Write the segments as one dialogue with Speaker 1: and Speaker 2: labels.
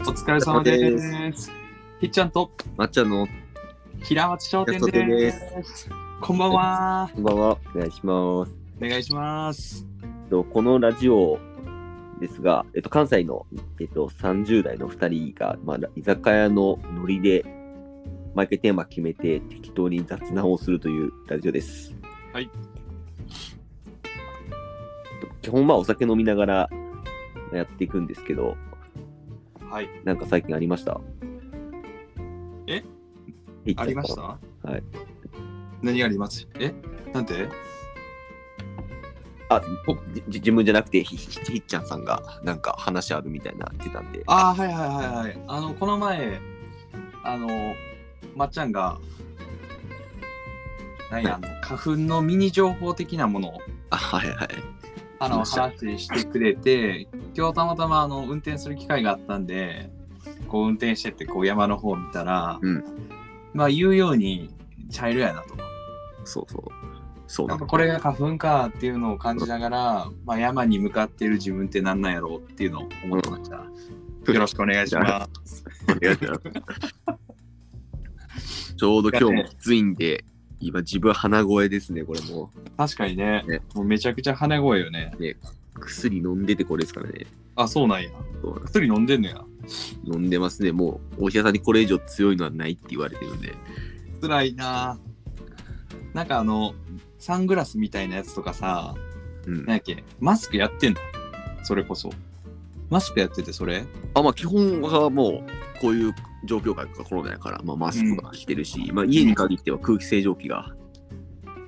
Speaker 1: お疲れ様です。ひっちゃんと
Speaker 2: まっちゃんの
Speaker 1: 平松商店
Speaker 2: 平松商店
Speaker 1: で。
Speaker 2: です
Speaker 1: こんばんは。
Speaker 2: こんばんは、お願いします。
Speaker 1: お願いします。
Speaker 2: えっとこのラジオですが、えっと、関西の、えっと、30代の2人が、まあ、居酒屋のノリで毎回テーマ決めて適当に雑談をするというラジオです。
Speaker 1: はい。
Speaker 2: 基本まあお酒飲みながらやっていくんですけど、
Speaker 1: はい。
Speaker 2: なんか最近ありました
Speaker 1: え
Speaker 2: ひっちゃ
Speaker 1: あ
Speaker 2: ん。
Speaker 1: りましたはい何がありますえなんて
Speaker 2: あじじ自分じゃなくてひひひっちゃんさんがなんか話あるみたいな言ってたんで。
Speaker 1: ああ、はいはいはいはい。あの、この前、あの、まっちゃんが、何や、あの花粉のミニ情報的なものを
Speaker 2: あはいはい。
Speaker 1: あの
Speaker 2: しま
Speaker 1: 話してくれて今日たまたまあの運転する機会があったんでこう運転してってこう山の方を見たら、
Speaker 2: うん
Speaker 1: まあ言うように茶色やなと
Speaker 2: そうそう。そう
Speaker 1: な
Speaker 2: なんん
Speaker 1: か
Speaker 2: だ
Speaker 1: これが花粉かっていうのを感じながら、まあ、山に向かっている自分って何なんやろうっていうのを思ってました、よろしくお願いし ます
Speaker 2: ちょうど今日もきついんで、今自分鼻声ですね、これも
Speaker 1: 確かにね
Speaker 2: ね
Speaker 1: もうめちゃくちゃ鼻声よね
Speaker 2: う。薬飲んでてこれですからね。
Speaker 1: あそうなんや
Speaker 2: そう
Speaker 1: 薬飲んでんのや
Speaker 2: 飲んでますね。もう、お医者さんにこれ以上強いのはないって言われてるんで。
Speaker 1: 辛いななんかあのサングラスみたいなやつとかさ
Speaker 2: うん
Speaker 1: なん。やっけマスクやってんのそれこそ。マスクやっててそれ
Speaker 2: あ、まあ基本はもう、こういう状況下がコロナやから、まあマスクがしてるし、まあ家に限っては空気清浄機が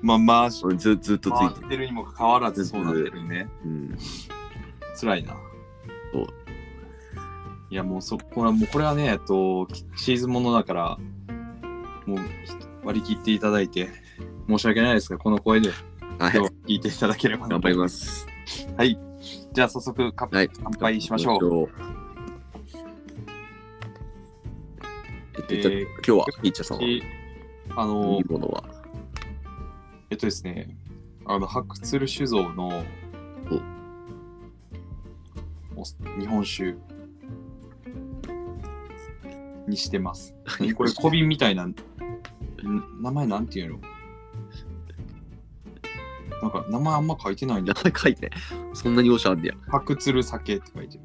Speaker 1: まあ、回し
Speaker 2: ずずっとつ
Speaker 1: 回
Speaker 2: いて
Speaker 1: っ
Speaker 2: る。
Speaker 1: てるにもかかわらずそうなってるね。
Speaker 2: うん。
Speaker 1: 辛いな。
Speaker 2: そう
Speaker 1: いやもうそこはもうこれはね、えっと、シーズンものだから、もう割り切っていただいて、申し訳ないですが、この声で
Speaker 2: はい。
Speaker 1: 今日聞いていただければな
Speaker 2: 頑張ります。
Speaker 1: はい。じゃあ早速カップ、
Speaker 2: はい
Speaker 1: 乾杯しましょう。
Speaker 2: う。えっと、じゃあ
Speaker 1: えー
Speaker 2: 今日は、ピーチャーさんは、いい
Speaker 1: あの、
Speaker 2: ものは、
Speaker 1: えっとですね、あの、白鶴酒造の
Speaker 2: お
Speaker 1: お日本酒にしてます。何これ、小瓶みたいな、ん名前なんていうのなんか名前あんま書いてないん
Speaker 2: 名
Speaker 1: だ。
Speaker 2: 前書いてない。そんなにおしゃんでや。
Speaker 1: 白鶴酒って書いてる。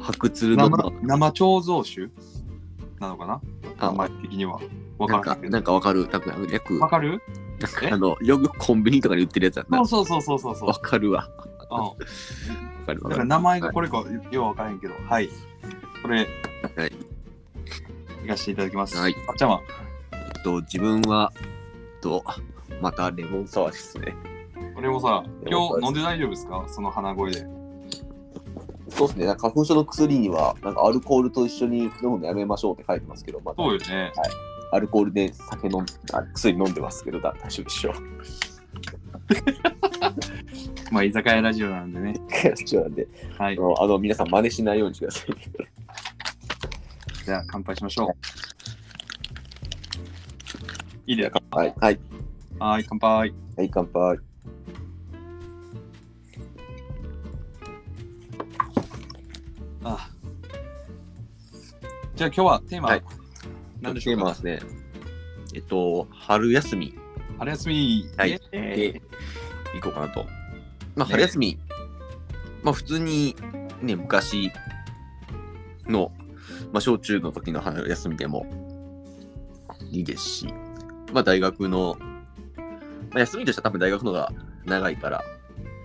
Speaker 2: 白鶴の、
Speaker 1: 生生醸造酒なのかな名
Speaker 2: あ、
Speaker 1: 前的には。わ
Speaker 2: なん
Speaker 1: からん
Speaker 2: か、
Speaker 1: けど
Speaker 2: なんかわかる。なんか、略、
Speaker 1: わ
Speaker 2: な
Speaker 1: かる
Speaker 2: んかあの、よくコンビニとかで売ってるやつだな。
Speaker 1: そうそうそうそうそう
Speaker 2: わ。かる
Speaker 1: う
Speaker 2: わ。
Speaker 1: ん
Speaker 2: わかる
Speaker 1: だか
Speaker 2: わからる。
Speaker 1: 名前がこれか、よう分からへんけど、はい。これ、
Speaker 2: はい。
Speaker 1: いかせていただきます。
Speaker 2: はい
Speaker 1: あっちゃま、
Speaker 2: えっと、自分は、えっと、またレモンサワーですね。
Speaker 1: これもさ、
Speaker 2: いや
Speaker 1: 今
Speaker 2: 僕は
Speaker 1: 日飲んで大丈夫ですかその鼻声で。
Speaker 2: そうですね。なんか花粉症の薬には、なんかアルコールと一緒に飲むのやめましょうって書いてますけど、ま
Speaker 1: そうよね。
Speaker 2: アルコールで酒飲んあ薬飲んでますけど、だ大丈夫でしょう。
Speaker 1: まあ、居酒屋ラジオなんでね。
Speaker 2: 必要なんで、
Speaker 1: は
Speaker 2: あ
Speaker 1: い。
Speaker 2: の、あの皆さん真似しないようにしてください。
Speaker 1: じゃあ、乾杯しましょう。いいですか
Speaker 2: はい、はい、
Speaker 1: はい、乾杯。
Speaker 2: はい、乾杯。
Speaker 1: ああじゃあ、今日はテーマ、
Speaker 2: はい
Speaker 1: 何でしょうか
Speaker 2: すね。えっと、春休み
Speaker 1: 春休み。
Speaker 2: はい
Speaker 1: イエーイ
Speaker 2: で行こうかなと。まあ、春休み、まあ、普通にね、昔の、まあ、小中の時の春休みでもいいですし、まあ、大学の、まあ、休みとしては多分大学の方が長いから、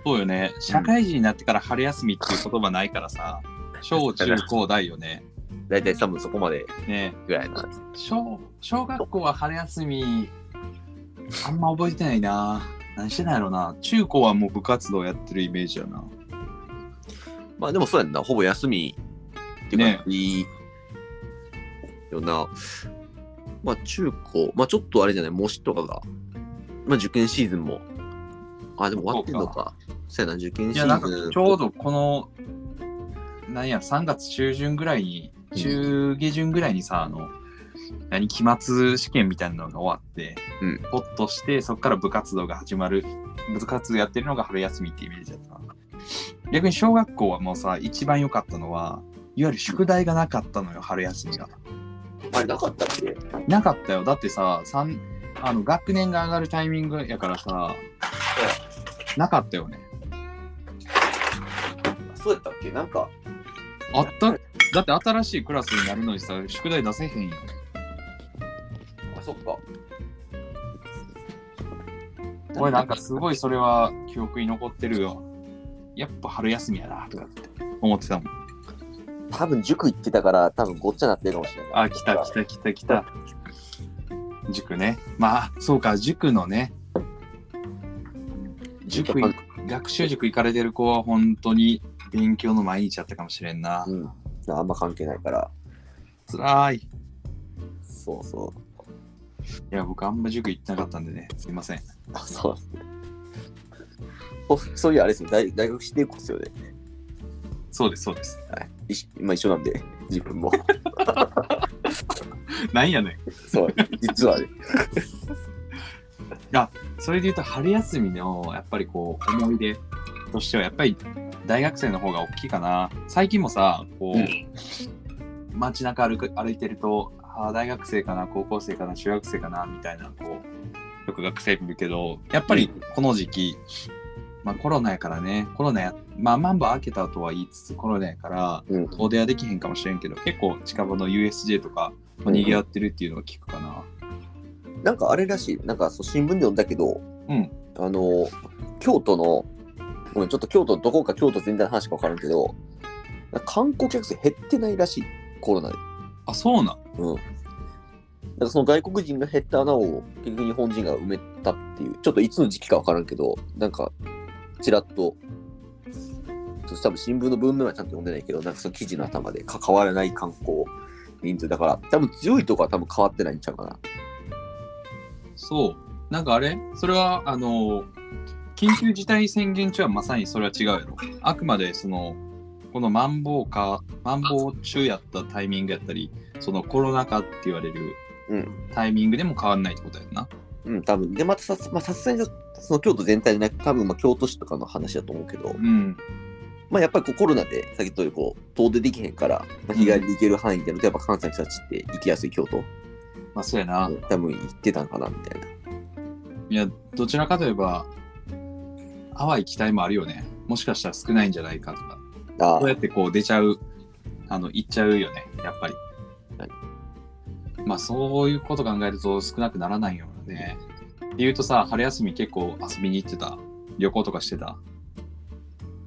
Speaker 1: そうよね。社会人になってから春休みっていう言葉ないからさ、小中高大よね。
Speaker 2: 大体多分そこまで
Speaker 1: ね
Speaker 2: ぐらいな。
Speaker 1: 小小学校は春休みあんま覚えてないな何してないやろな中高はもう部活動やってるイメージやな
Speaker 2: まあ、でもそうやんな、ほぼ休みっていうか、いいよな。まあ、中高、まあ、ちょっとあれじゃない、模試とかが、まあ、受験シーズンも、あ、でも終わってんのか。そうやな、受験
Speaker 1: い
Speaker 2: シ
Speaker 1: やなん
Speaker 2: ー
Speaker 1: か
Speaker 2: ズン。
Speaker 1: ちょうどこのなんや3月中旬ぐらいに
Speaker 2: うん
Speaker 1: 中下旬ぐらいにさあの何期末試験みたいなのが終わって、
Speaker 2: うん
Speaker 1: ほっとしてそこから部活動が始まる部活動やってるのが春休みってイメージだったな逆に小学校はもうさ一番良かったのはゆる宿題がなかったのよ、春休みが。
Speaker 2: あれなかったっけ
Speaker 1: なかったよ。だってさ、三あの学年が上がるタイミングやからさ、なかったよね。
Speaker 2: そうやったっけなんか、
Speaker 1: あった、だって新しいクラスになるのにさ、宿題出せへんよ。
Speaker 2: あ、そっか。
Speaker 1: 俺なんかすごいそれは記憶に残ってるよ。やっぱ春休みやな、とかって思ってたもん。
Speaker 2: 多分塾行ってたから、多分ごっちゃなってるかもしれない。
Speaker 1: あ、来た来た来た来た。塾ね。まあ、そうか、塾のね。塾い、学習塾行かれてる子は本当に勉強の毎日やったかもしれんな。
Speaker 2: うん。あんま関係ないから。
Speaker 1: つらい。い
Speaker 2: そうそう。
Speaker 1: や、僕あんま塾行ってなかったんでね、すいません。
Speaker 2: あ、そう。おそういうあれですね、大大学してる子ですよね。
Speaker 1: そうです、そうです。
Speaker 2: はい。一緒まあ、一緒なんで、自分も。
Speaker 1: なんやねん。
Speaker 2: そう、実はね。
Speaker 1: それで言うと春休みのやっぱりこう思い出としてはやっぱり大学生の方が大きいかな最近もさこう、
Speaker 2: う
Speaker 1: 街中歩く歩いてるとあー大学生かな高校生かな中学生かなみたいなこうよく学生見るけどやっぱりこの時期、まあ、コロナやからねコロナやまあマンボウ開けたとは言いつつコロナやから
Speaker 2: うん。
Speaker 1: お出はできへんかもしれんけど結構近場の USJ とかも賑わってるっていうのは聞くかな、
Speaker 2: なんかあれらしい、なんかそう新聞で読んだけど、
Speaker 1: うん
Speaker 2: あの、京都の、ごめん、ちょっと京都、どこか京都全体の話か分からんけど、なんか観光客数減ってないらしい、コロナで。
Speaker 1: あそうなん
Speaker 2: うん。なんかその外国人が減った穴を結局日本人が埋めたっていう、ちょっといつの時期か分からんけど、なんか、ちらっと、ちょっと多分新聞の文面はちゃんと読んでないけど、なんかその記事の頭で関わらない観光人数だから、多分強いとこは多分変わってないんちゃうかな。
Speaker 1: そう。なんかあれそれは、あの、緊急事態宣言中はまさにそれは違うやろ。あくまで、その、このマンボウか、マンボウ中やったタイミングやったり、そのコロナ禍って言われる
Speaker 2: うん。
Speaker 1: タイミングでも変わんないってことやんな。
Speaker 2: うん、多分。で、またさ、まあ、さすがに、その京都全体でなく、多分、まあ、京都市とかの話だと思うけど
Speaker 1: う、ん。
Speaker 2: まあ、やっぱりこうコロナで、先っき言ったようにこう、遠出できへんから、まあ、日帰りで行ける範囲でのと、やっぱ関西の人たちって行きやすい京都、
Speaker 1: まあ、そうやな。
Speaker 2: 多分行ってたんかな、みたいな。
Speaker 1: いや、どちらかといえば、淡い期待もあるよね。もしかしたら少ないんじゃないかとか。
Speaker 2: ああ
Speaker 1: こうやってこう出ちゃう、あの、行っちゃうよね、やっぱり
Speaker 2: はい。
Speaker 1: まあそういうこと考えると少なくならないよね。っていうとさ、春休み結構遊びに行ってた。旅行とかしてた。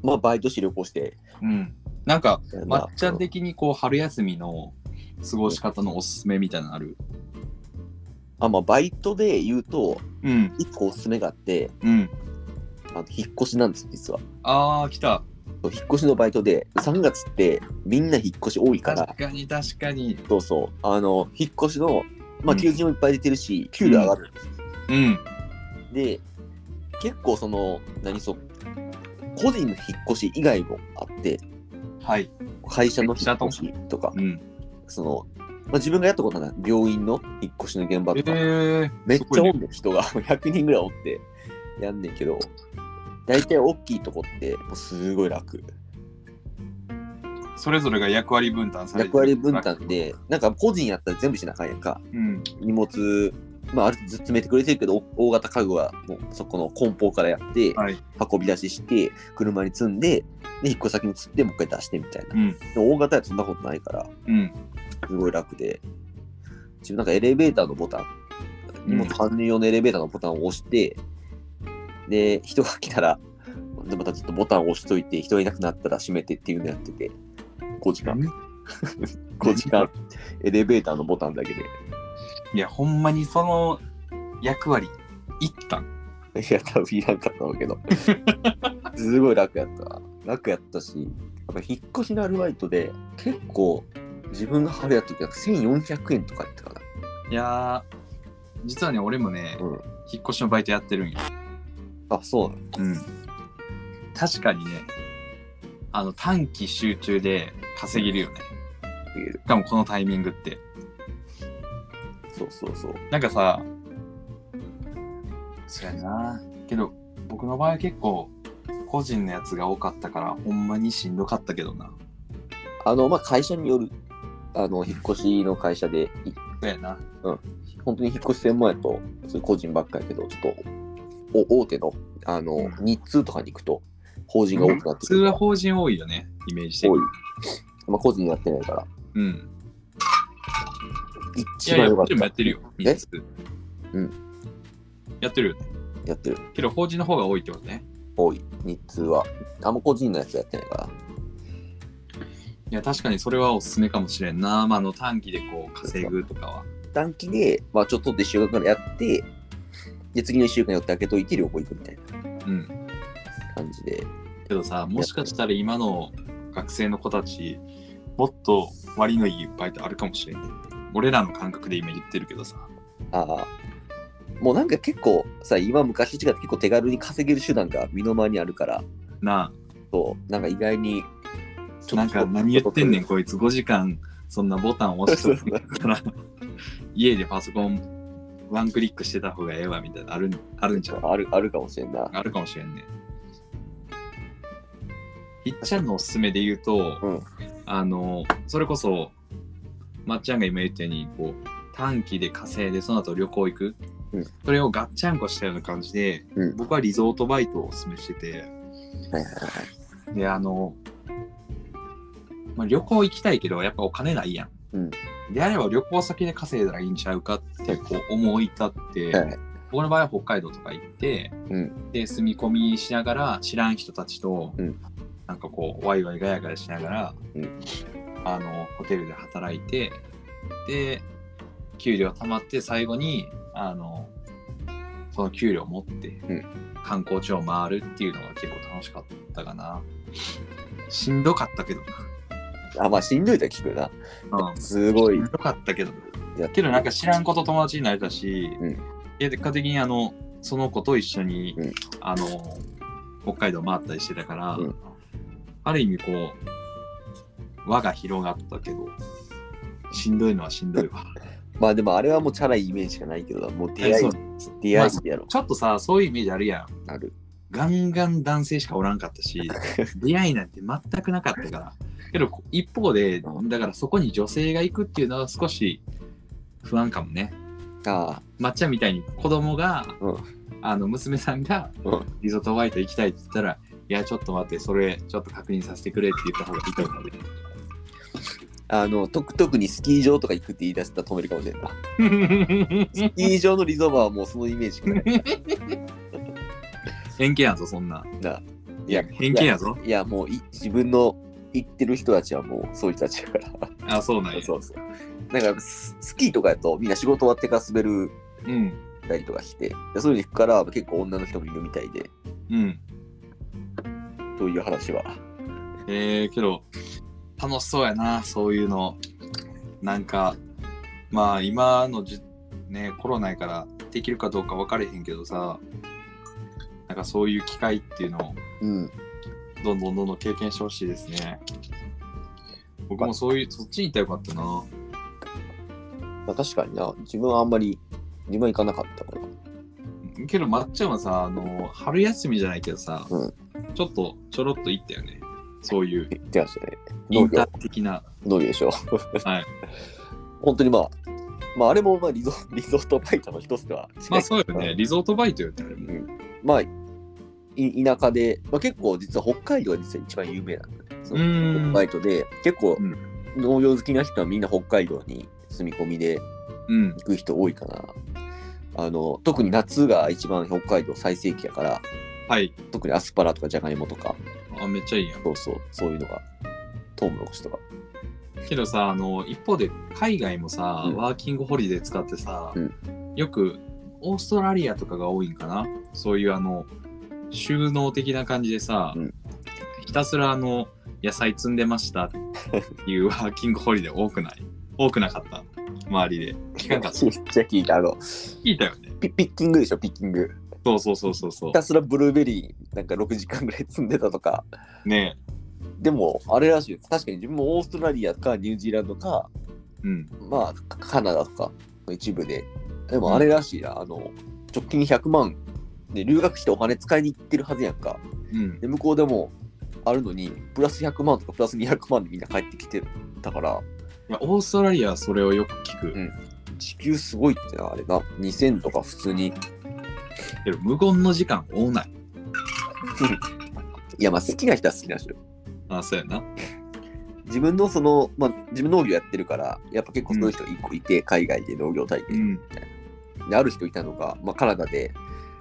Speaker 2: まあ、バイトして旅行して、
Speaker 1: うん。なんか、ま
Speaker 2: まあ
Speaker 1: っちゃん的にこう、春休みの過ごし方のおすすめみたいなのある。
Speaker 2: あ、まあ、バイトで言うと、
Speaker 1: うん、
Speaker 2: 一個おすすめがあって、
Speaker 1: うん。
Speaker 2: あの引っ越しなんですよ、実は。
Speaker 1: ああ、来た。
Speaker 2: そう引っ越しのバイトで、3月ってみんな引っ越し多いから
Speaker 1: 確、かに、確かに。
Speaker 2: そうそう、あの、引っ越しの、まあ、
Speaker 1: うん
Speaker 2: 求人もいっぱい出てるし、給料上がる。
Speaker 1: うん。
Speaker 2: で、結構その、何そう、個人の引っ越し以外もあって、
Speaker 1: はい。
Speaker 2: 会社の引っ越しとか
Speaker 1: う、ん。
Speaker 2: その、まあ、自分がやったことない病院の引っ越しの現場
Speaker 1: え
Speaker 2: とか、
Speaker 1: ー、
Speaker 2: めっちゃ
Speaker 1: すご
Speaker 2: 多
Speaker 1: い
Speaker 2: い
Speaker 1: ね
Speaker 2: の人が 100人ぐらいおってやんねんけど、大体大きいとこって、もうすごい楽。
Speaker 1: それぞれが役割分担されてる
Speaker 2: 役割分担で、なんか個人やったら全部しなあかんやんか。
Speaker 1: うん。
Speaker 2: 荷物、まあ、ある程度詰めてくれてるけど、大型家具はもうそこの梱包からやって、
Speaker 1: はい。
Speaker 2: 運び出しして、車に積んで、で、引っ越し先に釣って、もう一回出してみたいな。
Speaker 1: うん。
Speaker 2: でも大型やとそんなことないから、
Speaker 1: うん。
Speaker 2: すごい楽で。自分なんかエレベーターのボタン、荷物搬入用のエレベーターのボタンを押して、で、人が来たら、でまたちょっとボタンを押しといて、人がいなくなったら閉めてっていうのやってて、5時間、5時間、エレベーターのボタンだけで。
Speaker 1: いや、ほんまにその役割、一旦。
Speaker 2: いや、多分いらんかったんだけど。すごい楽やった。楽やったし、やっぱ引っ越しのアルバイトで、結構、自分が春やった時は1400円とかやったかな。
Speaker 1: いやー、実はね、俺もね、
Speaker 2: うん
Speaker 1: 引っ越しのバイトやってるんよ。
Speaker 2: あ、そうな
Speaker 1: う
Speaker 2: の
Speaker 1: ん。確かにね、あの、短期集中で稼げるよね。しかもこのタイミングって。
Speaker 2: そうそうそう。
Speaker 1: なんかさ、そやな。けど、僕の場合は結構、個人のやつが多かったから、ほんまにしんどかったけどな。
Speaker 2: あの、まあ、会社による、あの、引っ越しの会社で、い
Speaker 1: そうやな。
Speaker 2: 本当に引っ越し専門やと、そういう個人ばっかりやけど、ちょっと、お大手の、あの、
Speaker 1: うん
Speaker 2: 日通とかに行くと、法人が多くなっ
Speaker 1: 普
Speaker 2: て
Speaker 1: 通
Speaker 2: くる。
Speaker 1: は法人多いよね、イメージ的
Speaker 2: 多
Speaker 1: に
Speaker 2: い。。まあ、個人やってないから、
Speaker 1: うん。い
Speaker 2: 一
Speaker 1: やい
Speaker 2: 番
Speaker 1: や、
Speaker 2: 良か
Speaker 1: こ
Speaker 2: っ
Speaker 1: っち
Speaker 2: た。
Speaker 1: もやってるよ、
Speaker 2: え
Speaker 1: 3つ。
Speaker 2: うん。
Speaker 1: やってるよね。
Speaker 2: やってる。
Speaker 1: けど法人の方が多いってことね。
Speaker 2: 多い。日通は。あんま個人のやつやってないから。
Speaker 1: いや、確かにそれはおすすめかもしれんな。まあ、あの短期でこう稼ぐとかは。
Speaker 2: 短期で、まあ、ちょっとで1週間からやって、で、次の1週間やって開けといて、旅行行くみたいな
Speaker 1: うん。
Speaker 2: 感じで。
Speaker 1: けどさ、もしかしたら今の学生の子たち、もっと割のいいバイトあるかもしれんね。俺らの感覚で今言ってるけどさ。
Speaker 2: ああ。もうなんか結構さ、今昔と違って結構手軽に稼げる手段が身の回りにあるから、
Speaker 1: な
Speaker 2: そう、なんか意外に、ち
Speaker 1: あ、なんか何言ってんねん、。こいつ5時間そんなボタン押しと
Speaker 2: そう
Speaker 1: った ら、家でパソコンワンクリックしてた方がええわみたいな、あるんあるんちゃう
Speaker 2: ある、あるかもしれんな。
Speaker 1: あるかもしれんね。いっちゃんのおすすめで言うと、
Speaker 2: うん
Speaker 1: あの、それこそ、まっちゃんが今言ったように、こう、短期で稼いで、その後旅行行く。
Speaker 2: うん
Speaker 1: それをガッチャンコしたような感じで、
Speaker 2: うん
Speaker 1: 僕はリゾートバイトをおすすめしてて、
Speaker 2: はいはいはい。
Speaker 1: で、あの、まあ、旅行行きたいけど、やっぱお金ないやん。
Speaker 2: うん
Speaker 1: であれば旅行先で稼いだらいいんちゃうかってこう思い立って、
Speaker 2: はいはい
Speaker 1: 僕の場合は北海道とか行って、
Speaker 2: うん
Speaker 1: で住み込みしながら知らん人たちと、
Speaker 2: うん
Speaker 1: なんかこうワイワイガヤガヤしながら、
Speaker 2: うん
Speaker 1: あのホテルで働いてで給料貯まって最後にあのその給料持って、
Speaker 2: ん
Speaker 1: 観光地を回るっていうのが結構楽しかったかなしんどかったけど
Speaker 2: あ、まあしんどいとは聞くな。
Speaker 1: な、うん、し
Speaker 2: すごい
Speaker 1: ん。どかったけどな
Speaker 2: や
Speaker 1: けどなんか知らん子と友達になれたし、
Speaker 2: うん
Speaker 1: いや結果的にあのその子と一緒に、
Speaker 2: うん
Speaker 1: あの北海道回ったりしてたから、
Speaker 2: うん
Speaker 1: ある意味こう輪が広がったけどしんどいのはしんどいわ
Speaker 2: まあでもあれはもうチャラいイメージしかないけど、もう 出
Speaker 1: え
Speaker 2: 会
Speaker 1: そ、
Speaker 2: いう出会いやろ。
Speaker 1: ちょっとさそういうイメージあるやん
Speaker 2: なる。
Speaker 1: ガンガン男性しかおらんかった し出会いなんて全くなかったからけど一方で
Speaker 2: うん
Speaker 1: だからそこに女性が行くっていうのは少し不安かもね
Speaker 2: あ
Speaker 1: 抹茶みたいに子供が、
Speaker 2: うん
Speaker 1: あの娘さんが
Speaker 2: うん
Speaker 1: リゾートバイト行きたいって言ったら、いやちょっと待ってそれちょっと確認させてくれって言った方がいいと思う
Speaker 2: あ、あの、と特にスキー場とか行くって言い出したら止めるかもしれん な
Speaker 1: で
Speaker 2: い。スキー場のリゾバはもうそのイメージしかない。
Speaker 1: 偏見やぞそんない
Speaker 2: や、
Speaker 1: 偏見やぞ
Speaker 2: いや、もうい自分の行ってる人たちはもうそういう人たちだから。
Speaker 1: あそうなんや
Speaker 2: そうそう。なんかス、スキーとかやとみんな仕事終わってから滑る
Speaker 1: うん
Speaker 2: たりとかして、でそういうの行くから結構女の人もいるみたいで、
Speaker 1: うん
Speaker 2: という話は。
Speaker 1: えー、けど楽しそうやなそういうのなんかまあ今のじねコロナやからできるかどうか分かれへんけどさなんかそういう機会っていうのを
Speaker 2: うん。
Speaker 1: どんどんどんどん経験してほしいですね。僕もそういう、そっちに行ったらよかったな。
Speaker 2: まあ確かにな、自分はあんまり、自分は行かなかったから。
Speaker 1: けど、まっちゃんはさ、あの、春休みじゃないけどさ、
Speaker 2: うん
Speaker 1: ちょっとちょろっと行ったよね。そういう、
Speaker 2: 行ってましたね。
Speaker 1: イ
Speaker 2: 農
Speaker 1: ンタ
Speaker 2: 業
Speaker 1: ー、的な。
Speaker 2: 農業でしょ。
Speaker 1: はい。
Speaker 2: 本当にまあ、まああれもまあリゾリゾートバイトの一つでは近
Speaker 1: ま
Speaker 2: い
Speaker 1: あそうよね。リゾートバイトよね、あれも。
Speaker 2: まあ、い田舎で、まあ、結構実は北海道が実は一番有名なんだね。そう
Speaker 1: ーん
Speaker 2: バイトで、結構
Speaker 1: うん
Speaker 2: 農業好きな人はみんな北海道に住み込みで
Speaker 1: うん。
Speaker 2: 行く人多いかな。あの特に夏が一番北海道最盛期やから
Speaker 1: はい。
Speaker 2: 特にアスパラとかジャガイモとか
Speaker 1: あ、めっちゃいいやん。
Speaker 2: そうそうそういうのがトウモロコシとか
Speaker 1: けどさ、あの、一方で、海外もさ、
Speaker 2: うん
Speaker 1: ワーキングホリデー使ってさ、
Speaker 2: う
Speaker 1: よく、オーストラリアとかが多いんかな。そういう、あの、収納的な感じでさ、
Speaker 2: うん
Speaker 1: ひたすら、あの、野菜積んでましたっていう ワーキングホリデー多くない多くなかった周りで。聞かんかった。
Speaker 2: めっちゃ聞いたあの
Speaker 1: 聞いたよね。
Speaker 2: ピピッキングでしょピッキング
Speaker 1: そうそうそうそうそ
Speaker 2: ひたすらブルーベリーなんか6時間ぐらい積んでたとか
Speaker 1: う。ね
Speaker 2: でもあれらしいです確かに自分もオーストラリアかニュージーランドか
Speaker 1: え。うん。
Speaker 2: まあ、カカナダとかの一部で、でもあれらしいな、あの、直近100万で留学してお金使いに行ってるはずやんか。
Speaker 1: うん。
Speaker 2: で、向こうでも、あるのに、プラス100万とかプラス200万でみんな帰ってきてたから、
Speaker 1: いやオーストラリアはそれをよく聞く、
Speaker 2: ん時給すごいってな、あれな。2000とか普通に。
Speaker 1: けど無言の時間多ない
Speaker 2: いや、まあ好きな人は好きなんですよ。
Speaker 1: あそうやな
Speaker 2: 自分のその、まあ自分農業やってるから、やっぱ結構そういう人が一個いて、海外で農業体験。
Speaker 1: ん
Speaker 2: で、ある人いたのが、まあカナダで、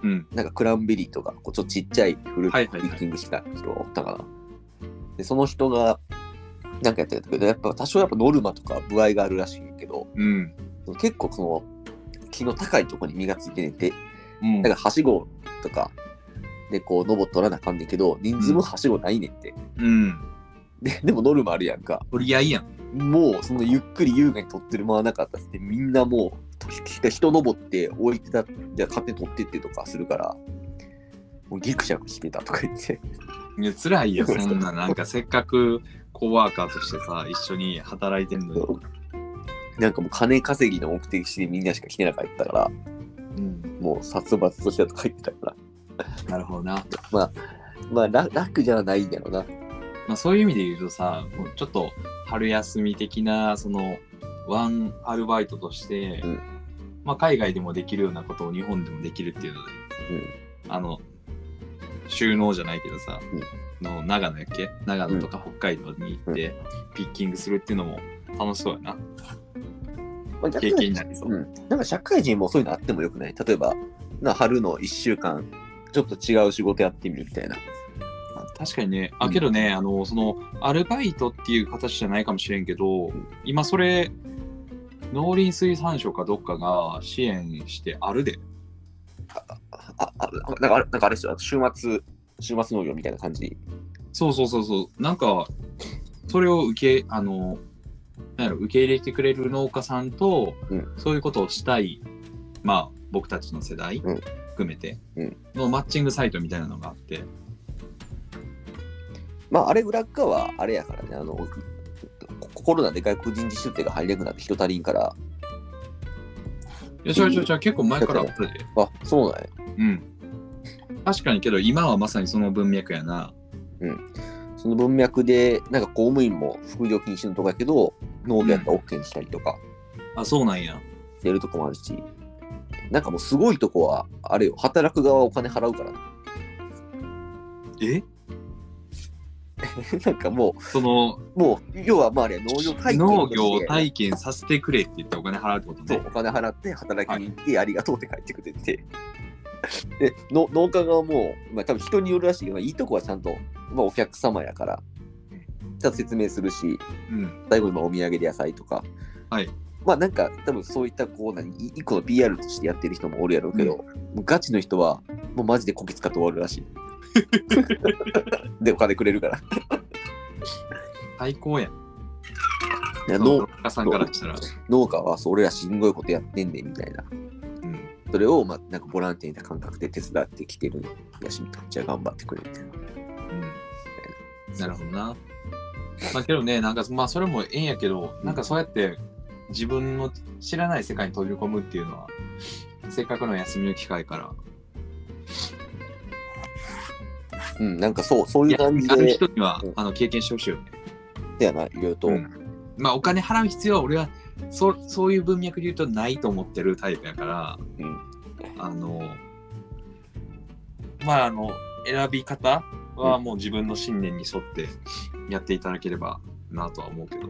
Speaker 1: うん
Speaker 2: なんかクランベリーとか、こうちょっとちっちゃいフルー
Speaker 1: はい
Speaker 2: ツ
Speaker 1: は
Speaker 2: ピ
Speaker 1: いはい
Speaker 2: ッキングした人がおったかな。で、その人が、なんかやってたけど、やっぱ多少やっぱノルマとか具合があるらしいけど、
Speaker 1: うん
Speaker 2: 結構その、気の高いところに身がついてねて、
Speaker 1: うん
Speaker 2: なんかはしごとかでこう登っとらなあかんねんけど、人数もはしごないねんって。
Speaker 1: うん
Speaker 2: ででもノルマあるやんか。
Speaker 1: 取り合いやん
Speaker 2: もうそのゆっくり優雅に撮ってる間はなかったっつってみんなもう人人登って置いてたじゃあ勝手に撮ってってとかするからもうギクシャクしてたとか言って
Speaker 1: いや辛いよそん ななんかせっかくコワーカーとしてさ一緒に働いてんのに、
Speaker 2: なんかもう金稼ぎの目的地でみんなしか来てなかったから
Speaker 1: うん、
Speaker 2: もう殺伐としたとか言ってたから
Speaker 1: なるほどな
Speaker 2: まあら楽じゃないんだろうな
Speaker 1: まあ、そういう意味で言うとさもうちょっと春休み的なそのワンアルバイトとして、
Speaker 2: うん
Speaker 1: まあ、海外でもできるようなことを日本でもできるっていうので、あの収納じゃないけどさ、の長野やっけ長野とか北海道に行ってピッキングするっていうのも楽しそうやな
Speaker 2: まあ逆
Speaker 1: 経験になりそう、
Speaker 2: うん、なんか社会人もそういうのあってもよくない例えばな春の1週間ちょっと違う仕事やってみるみたいな
Speaker 1: 確かにね
Speaker 2: う
Speaker 1: あ
Speaker 2: ん
Speaker 1: けどね、あのそのアルバイトっていう形じゃないかもしれんけど、
Speaker 2: ん
Speaker 1: 今それ農林水産省かどっかが支援してあるで
Speaker 2: あああなんかあれなんかあれでしょあと週末週末農業みたいな感じ
Speaker 1: そうそうそうそう。なんか、それを受け、あの、なんやろ、受け入れてくれる農家さんと、
Speaker 2: うん
Speaker 1: そういうことをしたい、まあ、僕たちの世代、
Speaker 2: うん
Speaker 1: 含めて、
Speaker 2: うん
Speaker 1: のマッチングサイトみたいなのがあって、
Speaker 2: まあ、あれ、裏っ側はあれやからね、あの、ココロナで外国人自主手が入れなくなって人足りんから、
Speaker 1: いや、ちょいちょいちょい、結構前からあったで。
Speaker 2: あ、そうなんや。
Speaker 1: うん。確かにけど、今はまさにその文脈やな。
Speaker 2: その文脈で、なんか公務員も副業禁止のとこやけど、農業やったら OK にしたりとか、
Speaker 1: あ、そうなんや。
Speaker 2: 出るとこもあるし、なんかもうすごいとこは、あれよ、働く側はお金払うからね。
Speaker 1: え
Speaker 2: なんかも
Speaker 1: その、
Speaker 2: う、もう、要はまああれや、農業体験と
Speaker 1: 農
Speaker 2: して
Speaker 1: 業を体験させてくれって言ってお金払うってこと
Speaker 2: そ
Speaker 1: ね
Speaker 2: う。お金払って働きに行ってありがとうって帰ってくれて、 での農家側も、まあ、多分人によるらしいけど、まあ、いいとこはちゃんと、まあ、お客様やからちゃんと説明するし
Speaker 1: うん。
Speaker 2: 最後にまあお土産で野菜とか、
Speaker 1: はい、
Speaker 2: まあなんか多分そういったこう何い一個の PR としてやってる人もおるやろうけど、
Speaker 1: う
Speaker 2: もうガチの人はもうマジでこき使って終わ るらしいでお金くれるから
Speaker 1: 最高やん。
Speaker 2: いや
Speaker 1: その
Speaker 2: 農
Speaker 1: 農家さんからしたら。う。
Speaker 2: 農家はそう俺らしんどいことやってんねんみたいなんそれを、まあ、なんかボランティアみたいな感覚で手伝ってきてるやしみたいなじゃあ頑張ってくれみたい
Speaker 1: うん、なるほどな。まあけどね、なんかまあそれもええんやけど、なんかそうやって自分の知らない世界に飛び込むっていうのは、せっかくの休みの機会から。
Speaker 2: な。うん、なんかそう、そう
Speaker 1: い
Speaker 2: いう
Speaker 1: や、あ
Speaker 2: 感
Speaker 1: る
Speaker 2: じで、
Speaker 1: 人には、
Speaker 2: うん
Speaker 1: あの経験してほしいよね。
Speaker 2: だよな、いろいろと。
Speaker 1: うんまあお金払う必要は俺はそうそういう文脈で言うとないと思ってるタイプやから、
Speaker 2: うん
Speaker 1: あの、まああの、選び方はもう自分の信念に沿ってやっていただければなとは思うけど。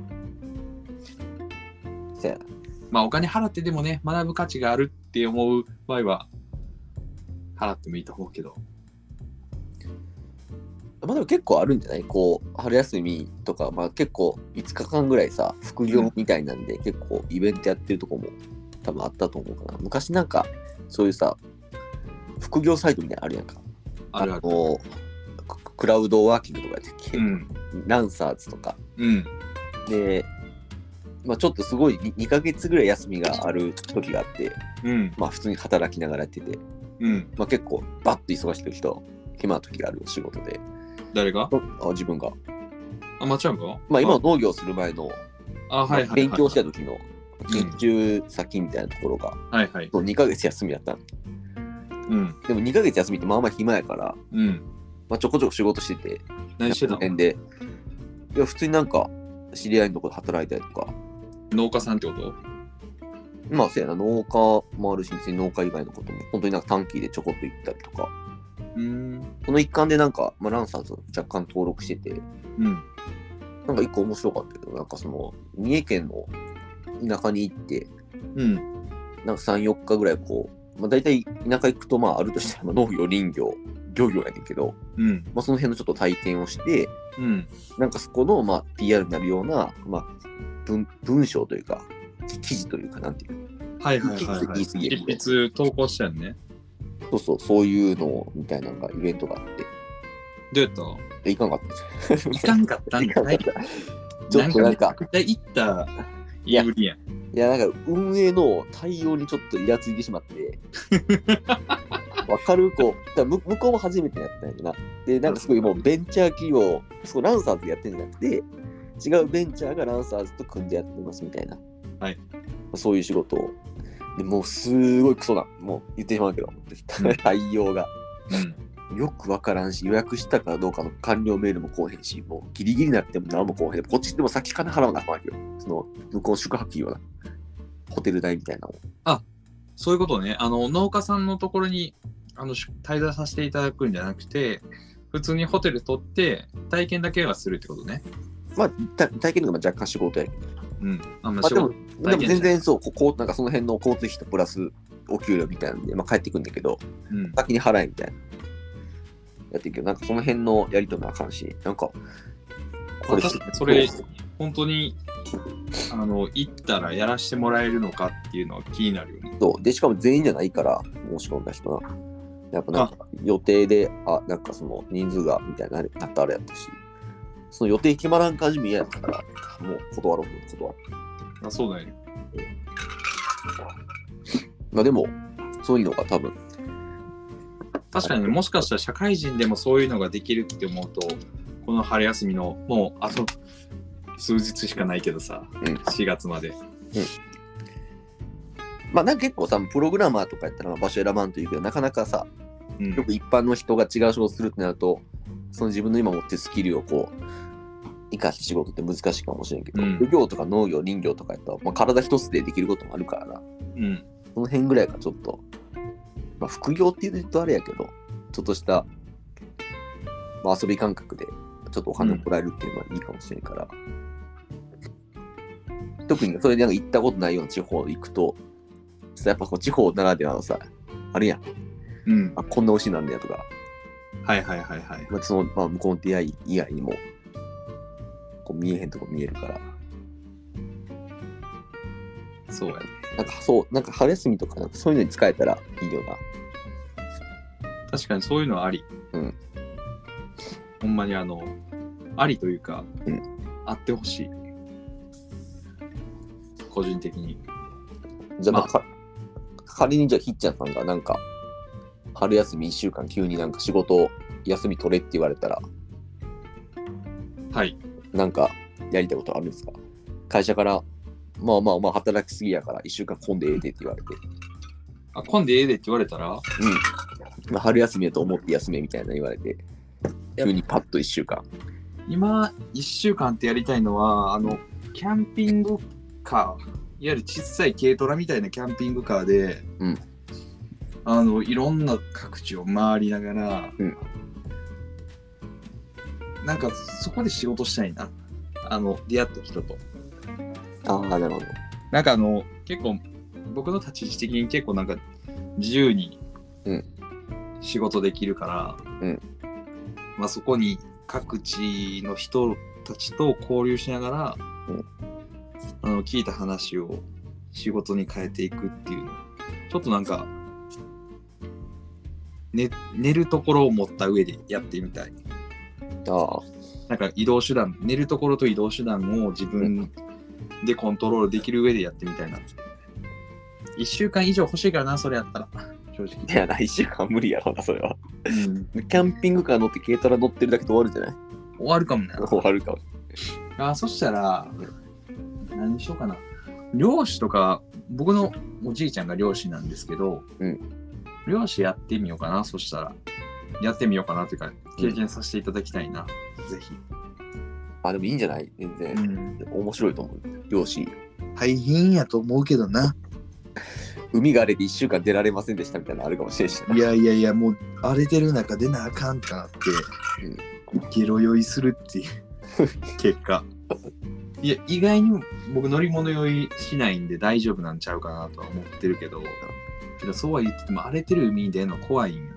Speaker 2: そうやな
Speaker 1: まあお金払ってでもね、学ぶ価値があるって思う場合は、払ってもいいと思うけど。
Speaker 2: まあでも結構あるんじゃないこう、春休みとか、まあ結構5日間ぐらいさ、副業みたいなんで、結構イベントやってるとこも多分あったと思うかな。昔なんか、そういうさ、副業サイトみたいなのあるやんか。
Speaker 1: あるある。
Speaker 2: のククラウドワーキングとかやってっけ、
Speaker 1: うん。
Speaker 2: ランサーズとか。
Speaker 1: うん。
Speaker 2: で、まあ、ちょっとすごいに2ヶ月ぐらい休みがある時があって、
Speaker 1: うん。
Speaker 2: まあ、普通に働きながらやってて、
Speaker 1: うん。
Speaker 2: まあ、結構バッと忙しい時と暇な時がある仕事で、
Speaker 1: 誰が
Speaker 2: あ自分が、
Speaker 1: あ、まっちゃんが
Speaker 2: まあ、今の農業する前の、
Speaker 1: あ、はいはい、
Speaker 2: まあ
Speaker 1: はい。
Speaker 2: 勉強してた時の
Speaker 1: ん
Speaker 2: 月中先みたいなところが、
Speaker 1: はいはい。
Speaker 2: そう2ヶ月休みだったの
Speaker 1: うん。
Speaker 2: でも2ヶ月休みってまあまあ暇やから、
Speaker 1: うん。
Speaker 2: まあ、ちょこちょこ仕事してて、
Speaker 1: 何してたの
Speaker 2: 辺で。いや、普通になんか、知り合いのとこで働いたりとか、
Speaker 1: 農家さんってこと
Speaker 2: まあ、そうやな、農家もあるし、別に農家以外のことも、本当になんか短期でちょこっと行ったりとか、
Speaker 1: うん。
Speaker 2: その一環でなんか、まあ、ランサーズを若干登録してて、
Speaker 1: うん。
Speaker 2: なんか一個面白かったけど、なんかその、三重県の田舎に行って、
Speaker 1: うん。
Speaker 2: なんか3、4日ぐらいこう、まあ、大体田舎行くと、まあ、あるとしたらまあ農業、林業、漁業やねんけど、
Speaker 1: うん。
Speaker 2: まあ、その辺のちょっと体験をして、
Speaker 1: うん。
Speaker 2: なんかそこの、まあ、PR になるような、まあ、文文章というか、き記事というか、なんていうか
Speaker 1: はいはいはい、はい。
Speaker 2: 一筆一筆
Speaker 1: 一筆投稿したよね。
Speaker 2: そうそう、そういうのをみたいななんかイベントがあって、
Speaker 1: どうやったの
Speaker 2: でいかんかったです。
Speaker 1: いかんかったん
Speaker 2: いか
Speaker 1: か
Speaker 2: んか
Speaker 1: な
Speaker 2: っ
Speaker 1: い。
Speaker 2: た。ちょっとな
Speaker 1: め
Speaker 2: んか、
Speaker 1: ちゃくちゃ行った言いぶりやん。
Speaker 2: いや、なんか運営の対応にちょっとイラついてしま って、わかるこう、だからむ向こうも初めてやったんやな。で、なんかすごいもうベンチャー企業、そうランサーズでやってんじゃなくて、違うベンチャーがランサーズと組んでやってますみたいな、
Speaker 1: はい
Speaker 2: そういう仕事を。でもうすごいクソだ、もう言ってしまうけど、 対応が。
Speaker 1: うん。
Speaker 2: よくわからんし、予約したかどうかの完了メールも来おへんし、もうギリギリになっても何も来おへん。こっちでも先金払わなあかんわけよ。その、向こうの宿泊費用な。ホテル代みたいなのを。
Speaker 1: そういうことね。あの、農家さんのところにあのし滞在させていただくんじゃなくて、普通にホテル取って、体験だけはするってことね。
Speaker 2: まあ、た体験とかも若干仕事やけど。
Speaker 1: うん。あんま
Speaker 2: まあ、
Speaker 1: 仕
Speaker 2: でも、
Speaker 1: 事。
Speaker 2: でも全然そう、ここ、なんかその辺の交通費とプラスお給料みたいなんで、まあ帰ってくんだけど、
Speaker 1: うん。
Speaker 2: 先に払えみたいな。やってるけど、なんかその辺のやりとりもあかんし、なんか、これ
Speaker 1: 私、それ、本当に、あの、行ったらやらしてもらえるのかっていうのは気になるよね。
Speaker 2: そうで、しかも全員じゃないから、申し込んだ人な。やっぱなんか予定で、あ、なんかその人数がみたいな、なったあれやったし、その予定決まらん感じも嫌やったから、もう断ろうと断る。
Speaker 1: あそうだよね。
Speaker 2: まあでも、そういうのが多分、
Speaker 1: 確かにね、もしかしたら社会人でもそういうのができるって思うと、この春休みの、もうあと数日しかないけどさ、
Speaker 2: うん
Speaker 1: 4月まで。
Speaker 2: まあなんか結構さ、プログラマーとかやったらまあ場所選ばんというけど、なかなかさ、
Speaker 1: うん
Speaker 2: よく一般の人が違う仕事するってなると、その自分の今持ってるスキルをこう、生かして仕事って難しいかもしれんけど、
Speaker 1: うん
Speaker 2: 漁業とか農業、林業とかやったら、まあ、体一つでできることもあるからな。
Speaker 1: うん、
Speaker 2: その辺ぐらいがちょっと、まあ、副業っていうとあれやけど、ちょっとした、まあ、遊び感覚で、ちょっとお金をもらえるっていうのはいいかもしれんから。特にそれでなんか行ったことないような地方行くと、さやっぱこう地方ならではのさ、あるやん。
Speaker 1: うん、
Speaker 2: あ、こんな美味しいなんだよとか、
Speaker 1: はいはいはいはい。
Speaker 2: まあ、その、まあ、向こうの出会い以外にも、こう見えへんとこ見えるから。
Speaker 1: そうやね。
Speaker 2: なんかそう、なんか春休みとか、なんかそういうのに使えたらいいよな。
Speaker 1: 確かにそういうのはあり。
Speaker 2: うん
Speaker 1: ほんまにあの、ありというか、
Speaker 2: うん
Speaker 1: あってほしい。個人的に。
Speaker 2: じゃあ、まあ
Speaker 1: まあ
Speaker 2: か仮にじゃあひっちゃんさんがなんか春休み1週間急になんか仕事休み取れって言われたら
Speaker 1: はい。
Speaker 2: なんかやりたいことあるんですか会社からまあまあまあ働きすぎやから1週間混んでええでって言われて、
Speaker 1: あ、今でええでって言われたら、
Speaker 2: うんまあ、春休みやと思って休めみたいな言われて急にパッと1週間
Speaker 1: 今、1週間ってやりたいのは、あの、キャンピングカー、いわゆる小さい軽トラみたいなキャンピングカーで、
Speaker 2: うん
Speaker 1: あの、いろんな各地を回りながら、
Speaker 2: うん
Speaker 1: なんかそこで仕事したいな。あの、出会った人と。
Speaker 2: ああなるほど
Speaker 1: なんかあの、結構、僕の立ち位置的に結構なんか、自由に
Speaker 2: うん
Speaker 1: 仕事できるから、
Speaker 2: うん
Speaker 1: まあそこに各地の人たちと交流しながら、
Speaker 2: うん
Speaker 1: あの、聞いた話を仕事に変えていくっていうの。ちょっとなんか、ね、寝るところを持った上でやってみたい。
Speaker 2: ああ
Speaker 1: なんか移動手段、寝るところと移動手段を自分でコントロールできる上でやってみたいな。1週間以上欲しいからな、それやったら。正
Speaker 2: い
Speaker 1: 直。
Speaker 2: やな1週間無理やろなそれは
Speaker 1: うん
Speaker 2: キャンピングカー乗って軽トラ乗ってるだけで終わるんじゃない
Speaker 1: 終わるかもな。
Speaker 2: 終わるかも
Speaker 1: あそしたら、何にしようかな。漁師とか、僕のおじいちゃんが漁師なんですけど、
Speaker 2: うん
Speaker 1: 漁師やってみようかな、そしたら。やってみようかなというか、経験させていただきたいな、ぜひ。
Speaker 2: あ、でもいいんじゃない全然。面白いと思う。漁師、
Speaker 3: 大変やと思うけどな。
Speaker 2: 海が荒れて1週間出られませんでしたみたいなのあるかもしれんし。
Speaker 3: いやいやいや、もう荒れてる中出なあかんってなって、ゲロ酔いするっていう結果。
Speaker 1: いや、意外に僕乗り物酔いしないんで大丈夫なんちゃうかなとは思ってるけど、けどそうは言ってても荒れてる海に出るの怖いんよね。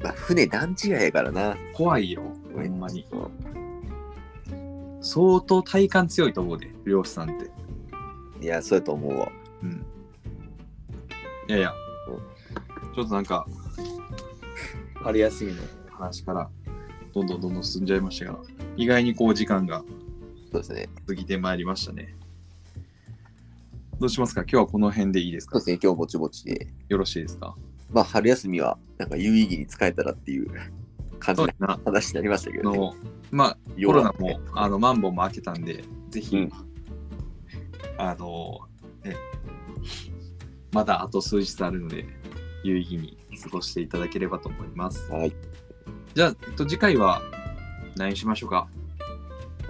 Speaker 2: まあ、船段違いやからな。
Speaker 1: 怖いよ、ほんまに。
Speaker 2: うん
Speaker 1: 相当体感強いと思うで、漁師さんって。
Speaker 2: いや、そうやと思うわ。
Speaker 1: うん。いやいや、ちょっとなんか、春休みの話から、どんどんどんどん進んじゃいましたが、意外にこう時間が
Speaker 2: そうですね。
Speaker 1: 過ぎてまいりましたね。どうしますか今日はこの辺でいいです
Speaker 2: そう
Speaker 1: か
Speaker 2: ですね、今日ぼちぼちで。
Speaker 1: よろしいですか
Speaker 2: まあ、春休みは、なんか有意義に使えたらっていう感じ
Speaker 1: そう
Speaker 2: の
Speaker 1: ですな。
Speaker 2: 話になりましたけ
Speaker 1: あ
Speaker 2: どね。
Speaker 1: の、まあ、
Speaker 2: 要
Speaker 1: コロナ
Speaker 2: は
Speaker 1: も、あの、マンボウも明けたんで、ぜひ、
Speaker 2: うん
Speaker 1: あの、ね、まだあと数日あるので、有意義に過ごしていただければと思います。
Speaker 2: はい。
Speaker 1: じゃあ、えっと、次回は何にしましょうか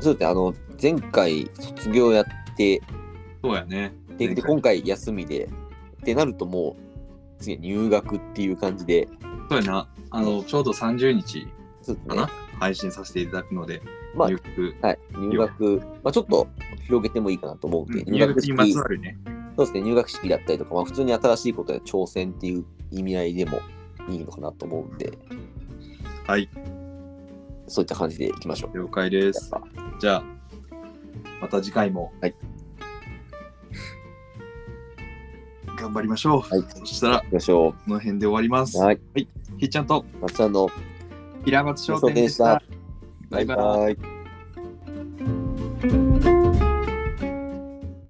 Speaker 2: そうですね、あの、前回卒業やって、
Speaker 1: そうやね。
Speaker 2: で
Speaker 1: 前
Speaker 2: で
Speaker 1: 回
Speaker 2: 今回休みで、ってなるともう、次は入学っていう感じで、
Speaker 1: そうやな。あの、ちょうど30日
Speaker 2: そうです
Speaker 1: か
Speaker 2: ね
Speaker 1: な、、配信させていただくので、
Speaker 2: まあ
Speaker 1: 入学、
Speaker 2: はい、入学、まあ、ちょっと広げてもいいかなと思うん
Speaker 1: う
Speaker 2: で、
Speaker 1: ん、入学にまつわるね。
Speaker 2: そうですね、入学式だったりとか、まあ、普通に新しいことや挑戦っていう意味合いでもいいのかなと思うんで、
Speaker 1: はい、
Speaker 2: そういった感じでいきましょう。
Speaker 1: 了解です。じゃあ、また次回も、
Speaker 2: はい
Speaker 1: 頑張りましょう。
Speaker 2: はい
Speaker 1: そしたら、
Speaker 2: 行きましょ
Speaker 1: この辺で終わります。
Speaker 2: う。はい。
Speaker 1: ひっちゃんと
Speaker 2: 松さんの
Speaker 1: 平松商
Speaker 2: 商
Speaker 1: 店
Speaker 2: 店
Speaker 1: で
Speaker 2: で
Speaker 1: し
Speaker 2: したた。
Speaker 1: バイバイ。
Speaker 2: イ。